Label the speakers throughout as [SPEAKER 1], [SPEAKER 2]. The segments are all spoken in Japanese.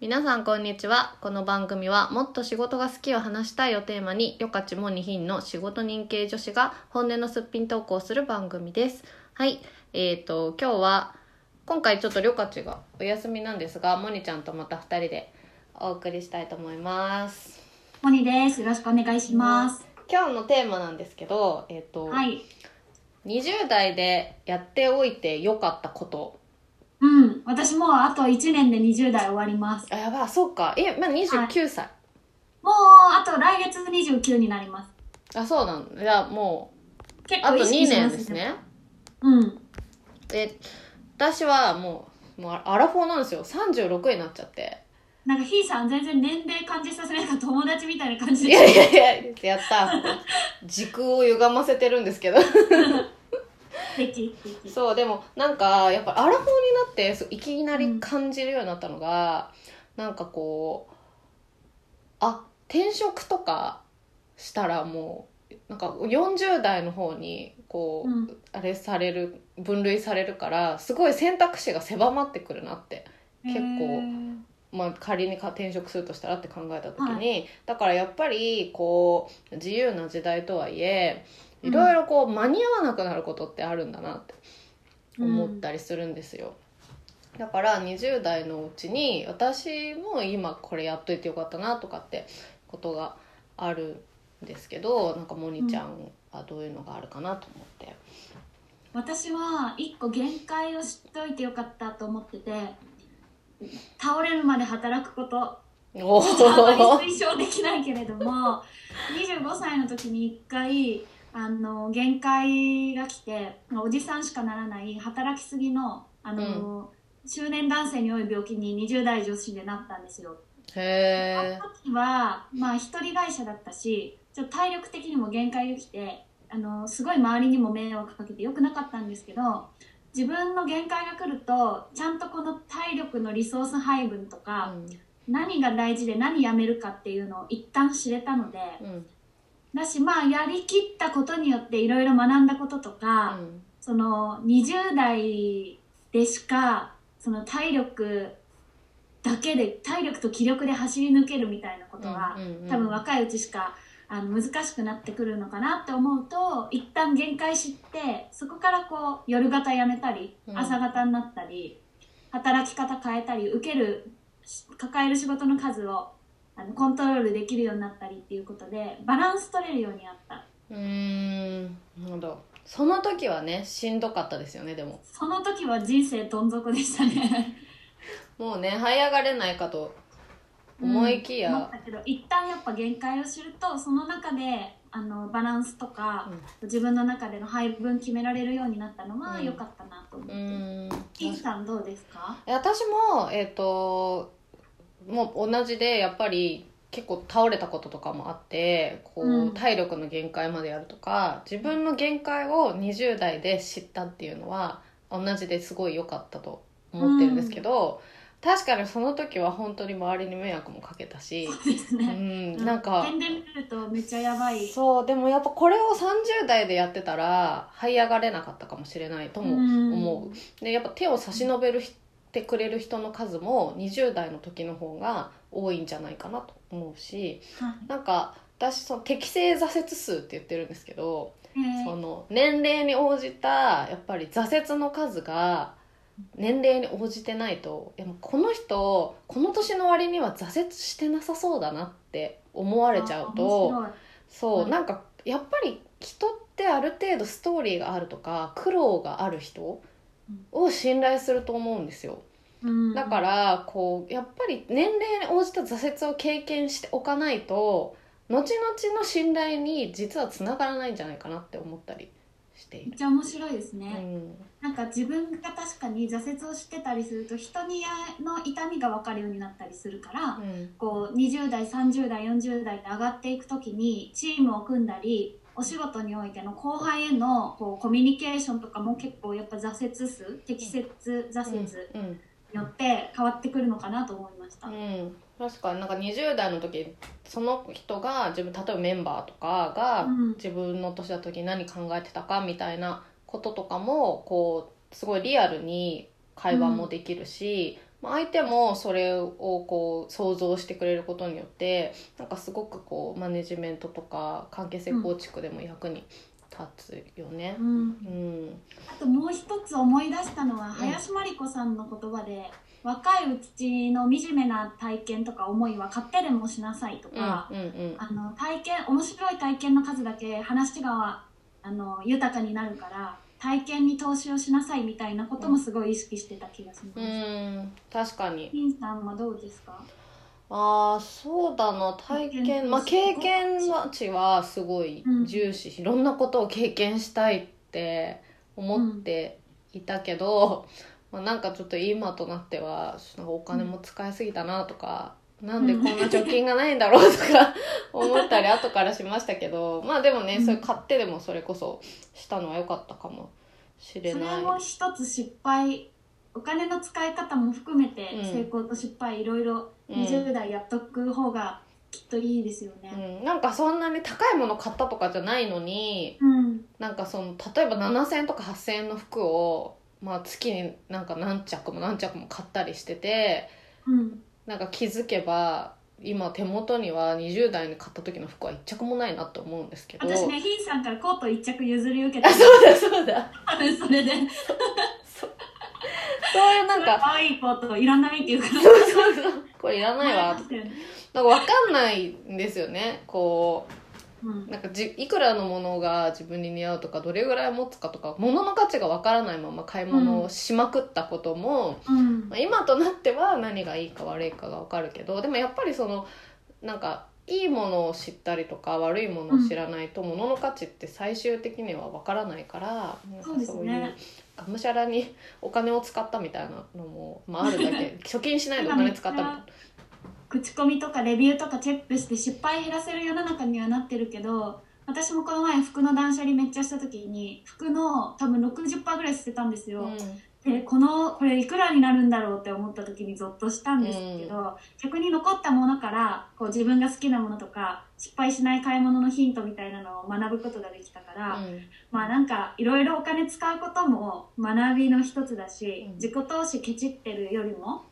[SPEAKER 1] 皆さんこんにちはこの番組は「もっと仕事が好きを話したい」をテーマによかちもにひんの仕事人系女子が本音のすっぴん投稿する番組ですはいえー、と今日は今回ちょっとりょかちがお休みなんですがもにちゃんとまた2人でお送りしたいと思います
[SPEAKER 2] モニです。よろしくお願いします。
[SPEAKER 1] 今日のテーマなんですけどえっ、と、
[SPEAKER 2] はい。
[SPEAKER 1] 20代でやっておいてよかったこと
[SPEAKER 2] うん。私もうあと1年で20代終わります。
[SPEAKER 1] あやばいそうかえまあ29歳、
[SPEAKER 2] もうあと来月29になります。
[SPEAKER 1] あそうなんだじゃあもう
[SPEAKER 2] 結
[SPEAKER 1] あ
[SPEAKER 2] 構
[SPEAKER 1] と
[SPEAKER 2] 意識
[SPEAKER 1] 2
[SPEAKER 2] しま
[SPEAKER 1] 年
[SPEAKER 2] す
[SPEAKER 1] です。ね
[SPEAKER 2] うん。
[SPEAKER 1] え私はもうもうアラフォーなんですよ36になっちゃって
[SPEAKER 2] なんかひーさん全然年齢感じさせないか友達みたいな感じ
[SPEAKER 1] い
[SPEAKER 2] で
[SPEAKER 1] やいやいややった時空を歪ませてるんですけど
[SPEAKER 2] 素敵素敵
[SPEAKER 1] そうでもなんかやっぱアラフォーになってそういきなり感じるようになったのが、なんかこうあ転職とかしたらもうなんか40代の方にこう、
[SPEAKER 2] うん
[SPEAKER 1] あれされる分類されるからすごい選択肢が狭まってくるなって結構
[SPEAKER 2] へー
[SPEAKER 1] まあ、仮にか転職するとしたらって考えた時に、だからやっぱりこう自由な時代とはいえ
[SPEAKER 2] う
[SPEAKER 1] い
[SPEAKER 2] ん
[SPEAKER 1] ろいろこう間に合わなくなることってあるんだなって思ったりするんですよ、だから20代のうちに私も今これやっといてよかったなとかってことがあるんですけどなんかモニちゃんはどういうのがあるかなと思って、
[SPEAKER 2] 私は一個限界を知っておいてよかったと思ってて、倒れるまで働くこと。
[SPEAKER 1] お
[SPEAKER 2] あま
[SPEAKER 1] ー
[SPEAKER 2] り推奨できないけれども25歳の時に1回あの限界が来ておじさんしかならない働きすぎのあの、中年男性に多い病気に20代女子でなったんですよ。あの
[SPEAKER 1] へ
[SPEAKER 2] 時は、まあ、一人会社だったしちょっと体力的にも限界が来てあのすごい周りにも迷惑かけてよくなかったんですけど自分の限界が来るとちゃんとこの体力のリソース配分とか、
[SPEAKER 1] ー
[SPEAKER 2] 何が大事で何やめるかっていうのを一旦知れたので
[SPEAKER 1] うんうん
[SPEAKER 2] だしまあやりきったことによっていろいろ学んだこととか、その20代でしかその体力だけで体力と気力で走り抜けるみたいなことは、多分若いうちしかあの難しくなってくるのかなって思うと一旦限界知ってそこからこう夜型やめたり
[SPEAKER 1] うん
[SPEAKER 2] 朝型になったり、働き方変えたり受けるし抱える仕事の数をあのコントロールできるようになったりっていうことでバランス取れるようになった
[SPEAKER 1] うーんなるほどその時はねしんどかったですよねでも
[SPEAKER 2] その時は人生どん底でしたね
[SPEAKER 1] もうね這い上がれないかと思いき
[SPEAKER 2] うん思っ
[SPEAKER 1] や、
[SPEAKER 2] たけど一旦やっぱ限界を知るとその中であのバランスとか、自分の中での配分決められるようになったのは
[SPEAKER 1] うん
[SPEAKER 2] 良かったなと思っ
[SPEAKER 1] う
[SPEAKER 2] て、
[SPEAKER 1] ーん
[SPEAKER 2] インさんどうですか
[SPEAKER 1] 私もえっ、ともう同じでやっぱり結構倒れたこととかもあってこう、
[SPEAKER 2] うん
[SPEAKER 1] 体力の限界までやるとか自分の限界を20代で知ったっていうのは同じですごい良かったと思ってるんですけど、確かにその時は本当に周りに迷惑もかけたし、
[SPEAKER 2] です
[SPEAKER 1] う
[SPEAKER 2] ね、
[SPEAKER 1] ん、なんか
[SPEAKER 2] 点で見るとめっちゃやばい
[SPEAKER 1] そうでもやっぱこれを30代でやってたら這い上がれなかったかもしれないとも思う、でやっぱ手を差し伸べるひてくれる人の数も20代の時の方が多いんじゃないかなと思うし
[SPEAKER 2] はい
[SPEAKER 1] なんか私その適正挫折数って言ってるんですけど、
[SPEAKER 2] えー
[SPEAKER 1] その年齢に応じたやっぱり挫折の数が年齢に応じてないといやもうこの人この年の割には挫折してなさそうだなって思われちゃうと。
[SPEAKER 2] あ面
[SPEAKER 1] そう、
[SPEAKER 2] うん
[SPEAKER 1] なんかやっぱり人ってある程度ストーリーがあるとか苦労がある人を信頼すると思うんですよ
[SPEAKER 2] 白いうん
[SPEAKER 1] だからこうやっぱり年齢に応じた挫折を経験しておかないと後々の信頼に実はつながらないんじゃないかなって思ったりしてい
[SPEAKER 2] め
[SPEAKER 1] る
[SPEAKER 2] っ。ちゃ面白いです
[SPEAKER 1] う
[SPEAKER 2] ね、
[SPEAKER 1] ん
[SPEAKER 2] なんか自分が確かに挫折をしてたりすると人にやの痛みが分かるようになったりするから、
[SPEAKER 1] うん
[SPEAKER 2] こう20代30代40代で上がっていく時にチームを組んだりお仕事においての後輩へのこうコミュニケーションとかも結構やっぱ挫折数適切挫折に
[SPEAKER 1] うん
[SPEAKER 2] よって変わってくるのかなと思いました。
[SPEAKER 1] うん、確かになんか20代の時その人が自分例えばメンバーとかが
[SPEAKER 2] うん
[SPEAKER 1] 自分の年だ時何考えてたかみたいなこととかもこうすごいリアルに会話もできるし、まあ相手もそれをこう想像してくれることによってなんかすごくこうマネジメントとか関係性構築でも役に立つよね。
[SPEAKER 2] うん、
[SPEAKER 1] うん、
[SPEAKER 2] あともう一つ思い出したのは、林真理子さんの言葉で若いうちの惨めな体験とか思いは勝手でもしなさいと
[SPEAKER 1] うん、うん
[SPEAKER 2] か、
[SPEAKER 1] うん
[SPEAKER 2] あの体験面白い体験の数だけ話があの豊かになるから体験に投資をしなさいみたいなこともすごい意識してた気がします。
[SPEAKER 1] う
[SPEAKER 2] ピ
[SPEAKER 1] ん確かに
[SPEAKER 2] ンさんはどうですか？
[SPEAKER 1] ああそうだな体
[SPEAKER 2] 経験
[SPEAKER 1] 験まあ経験値はすごい重視し、いろんなことを経験したいって思っていたけど、まあ、なんかちょっと今となってはなんかお金も使いすぎたなとか、なんでこんな貯金がないんだろうとか 思ったり後からしましたけどまあでもね、
[SPEAKER 2] うん
[SPEAKER 1] そういう買ってでもそれこそしたのは良かったかもしれ
[SPEAKER 2] そ
[SPEAKER 1] な
[SPEAKER 2] れ
[SPEAKER 1] い。
[SPEAKER 2] も一つ失敗お金の使い方も含めて
[SPEAKER 1] うん
[SPEAKER 2] 成功と失敗いろいろ
[SPEAKER 1] うん
[SPEAKER 2] 20代やっとく方がきっといいですよね。
[SPEAKER 1] うん、なんかそんなに高いもの買ったとかじゃないのに、
[SPEAKER 2] うん、
[SPEAKER 1] なんかその例えば7,000円とか8,000円の服を、まあ、月になんか何着も何着も買ったりしてて
[SPEAKER 2] うん、
[SPEAKER 1] なんか気づけば今手元には20代に買った時の服は1着もないなと思うんですけど
[SPEAKER 2] 私ね、ヒンさんからコート一着譲り受けて
[SPEAKER 1] あ、 そうだそうだ
[SPEAKER 2] 多分 それで、
[SPEAKER 1] そういうなんか
[SPEAKER 2] 可愛いコートいらないっていうか、
[SPEAKER 1] そうそうそうこれいらないわ
[SPEAKER 2] 迷いましたよね
[SPEAKER 1] なんかわかんないんですよねこ
[SPEAKER 2] うん
[SPEAKER 1] う、なんかじいくらのものが自分に似合うとかどれぐらい持つかとか物の価値がわからないまま買い物をしまくったことも、
[SPEAKER 2] うん
[SPEAKER 1] まあ、今となっては何がいいか悪いかが分かるけどでもやっぱりそのなんかいいものを知ったりとか悪いものを知らないと物の価値って最終的には分からないから、なん
[SPEAKER 2] そう
[SPEAKER 1] か
[SPEAKER 2] ですね
[SPEAKER 1] がむしゃらにお金を使ったみたいなのも、まあ、あるだ け貯金しないでお金使ったみたいな。
[SPEAKER 2] 口コミとかレビューとかチェックして失敗減らせる世の中にはなってるけど私もこの前服の断捨離めっちゃした時に服の多分60%ぐらい捨てたんですよ、でこのこれいくらになるんだろうって思った時にゾッとしたんですけど、逆に残ったものからこう自分が好きなものとか失敗しない買い物のヒントみたいなのを学ぶことができたから、
[SPEAKER 1] うんうん
[SPEAKER 2] まあなんかいろいろお金使うことも学びの一つだし、
[SPEAKER 1] うん
[SPEAKER 2] 自己投資ケチってるよりも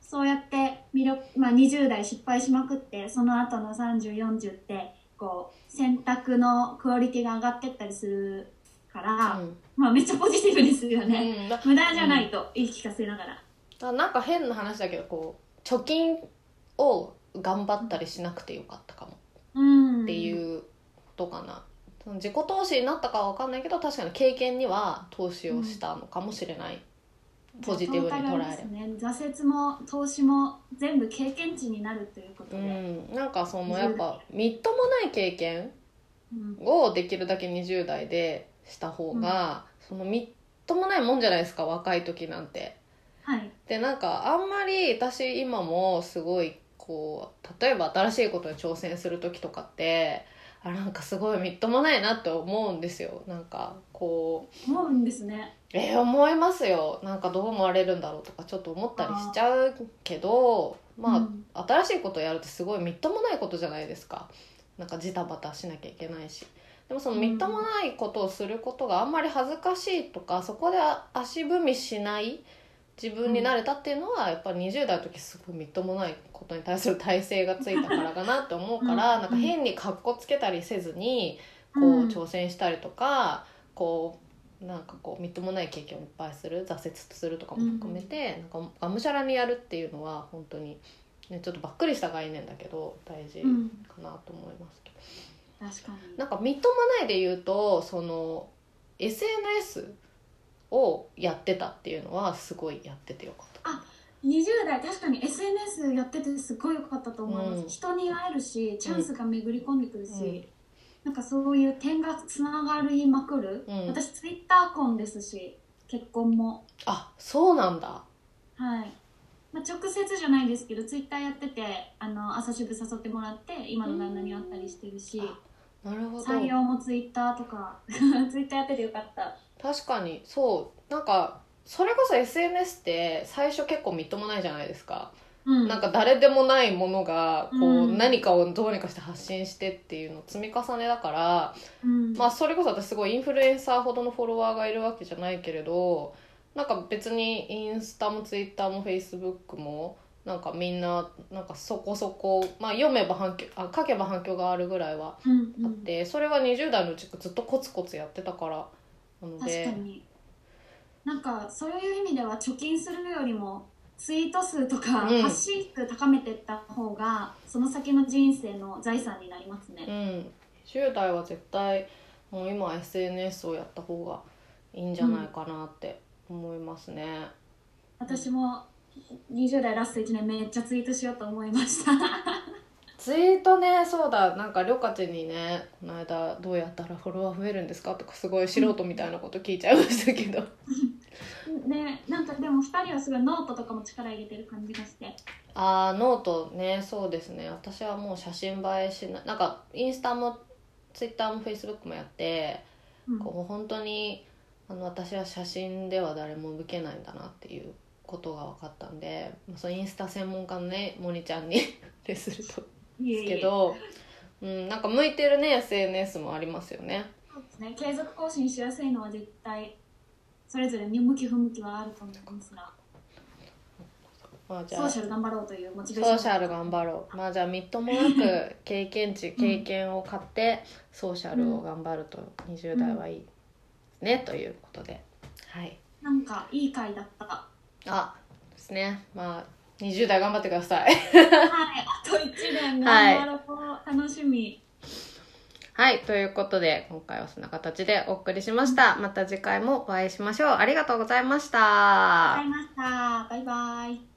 [SPEAKER 2] そうやって魅力、まあ、20代失敗しまくってその後の3040ってこう選択のクオリティが上がってったりするから、
[SPEAKER 1] うん
[SPEAKER 2] まあめっちゃポジティブですよね、
[SPEAKER 1] うんだ
[SPEAKER 2] 無駄じゃないと言い聞かせながら、
[SPEAKER 1] だなんか変な話だけどこう貯金を頑張ったりしなくてよかったかも。
[SPEAKER 2] うん、
[SPEAKER 1] って
[SPEAKER 2] う
[SPEAKER 1] いうことかな、その自己投資になったかは分かんないけど確かに経験には投資をしたのかもしれない、ポジティブに捉えれば
[SPEAKER 2] ですね挫折も投資も全部経験値になるということ
[SPEAKER 1] う
[SPEAKER 2] で、
[SPEAKER 1] んなんかそのやっぱみっともない経験
[SPEAKER 2] うん
[SPEAKER 1] をできるだけ20代でした方が、そのみっともないもんじゃないですか若い時なんて。
[SPEAKER 2] はい
[SPEAKER 1] でなんかあんまり私今もすごいこう例えば新しいことに挑戦する時とかってあなんかすごいみっともないなって思うんですよなんかこう
[SPEAKER 2] 思うんですね
[SPEAKER 1] えー思いますよなんかどう思われるんだろうとかちょっと思ったりしちゃうけどまあ、
[SPEAKER 2] うん
[SPEAKER 1] 新しいことやるってすごいみっともないことじゃないですかなんかジタバタしなきゃいけないしでもそのみっともないことをすることがあんまり恥ずかしいとかそこで足踏みしない自分になれたっていうのは、やっぱり20代の時すごいみっともないことに対する体制がついたからかなって思うから
[SPEAKER 2] うん
[SPEAKER 1] なんか変にかっこつけたりせずにこ
[SPEAKER 2] う
[SPEAKER 1] うん挑戦したりとか、こうなんかこうみっともない経験をいっぱいする挫折するとかも含めて、なんかがむしゃらにやるっていうのは本当に、ね、ちょっとばっくりした概念だけど大事か
[SPEAKER 2] うん
[SPEAKER 1] なと思いますけど、
[SPEAKER 2] 確かに
[SPEAKER 1] なんかみっともないで言うとその SNS をやってたっていうのはすごいやっててよかった。
[SPEAKER 2] 20代確かに SNS やっててすごい良かったと思います、
[SPEAKER 1] うん
[SPEAKER 2] 人に会えるしチャンスが巡り込んでくるし、なんかそういう点がつながりまくる、
[SPEAKER 1] うん
[SPEAKER 2] 私ツイッター婚ですし結婚も
[SPEAKER 1] あそうなんだ。
[SPEAKER 2] はい、まあ、直接じゃないですけどツイッターやっててあの朝渋誘ってもらって今の旦那に会ったりしてるし、
[SPEAKER 1] なるほど。
[SPEAKER 2] 採用もツイッターとか ツイッターやっててよかった
[SPEAKER 1] 確かにそうなんかそれこそ SNS って最初結構みっともないじゃないですか。
[SPEAKER 2] うん
[SPEAKER 1] なんか誰でもないものがこう、
[SPEAKER 2] うん
[SPEAKER 1] 何かをどうにかして発信してっていうのを積み重ねだから、
[SPEAKER 2] うん
[SPEAKER 1] まあ、それこそ私すごいインフルエンサーほどのフォロワーがいるわけじゃないけれどなんか別にインスタもツイッターもフェイスブックもなんかみんななんかそこそこ、まあ、読めば反響あ書けば反響があるぐらいは
[SPEAKER 2] うんう
[SPEAKER 1] あっ
[SPEAKER 2] ん、
[SPEAKER 1] て、それは20代のうちずっとコツコツやってたからなの
[SPEAKER 2] 確
[SPEAKER 1] で
[SPEAKER 2] かになんかそういう意味では貯金するよりもツイート数とか
[SPEAKER 1] うん
[SPEAKER 2] 発信数高めていった方が、その先の人生の財産になります
[SPEAKER 1] う
[SPEAKER 2] ね、
[SPEAKER 1] ん、10代は絶対もう今 SNS をやった方がいいんじゃないかなって思いますね。
[SPEAKER 2] 私も20代ラスト1年めっちゃツイートしようと思いました
[SPEAKER 1] ツイートねそうだなんかりょかちにねこの間どうやったらフォロワー増えるんですかとかすごい素人みたいなこと聞いちゃいましたけど
[SPEAKER 2] ねなんかでも2人はすごいノートとかも力入れてる感じがして
[SPEAKER 1] あーノートねそうですね私はもう写真映えしないなんかインスタもツイッターもフェイスブックもやって
[SPEAKER 2] うん
[SPEAKER 1] こう本当にあの私は写真では誰も受けないんだなっていうことが分かったんでまあそのインスタ専門家のねモニちゃんに レするとで
[SPEAKER 2] いえ
[SPEAKER 1] す
[SPEAKER 2] いえ
[SPEAKER 1] けど、うん、なんか向いてるね SNS もありますよね。
[SPEAKER 2] そうですね継続更新しやすいのは絶対それぞれに向き不向きはあると思いますが
[SPEAKER 1] まあ、じ
[SPEAKER 2] ソ
[SPEAKER 1] ゃ
[SPEAKER 2] ー
[SPEAKER 1] あ
[SPEAKER 2] シャル頑張ろうというモチベーシ
[SPEAKER 1] ソー
[SPEAKER 2] ョン
[SPEAKER 1] シャル頑張ろうまあじゃあみっともなく 経験値経験を買ってソーシャルを頑張ると20代はいいね、ということではい
[SPEAKER 2] なんかいい回だった。は
[SPEAKER 1] あですねまあ20代頑張ってください
[SPEAKER 2] い、あと一年頑張ろう。楽しみ。
[SPEAKER 1] はいということで今回はそんな形でお送りしましたまた次回もお会いしましょうありがとうございました、
[SPEAKER 2] ありました。バイバイ。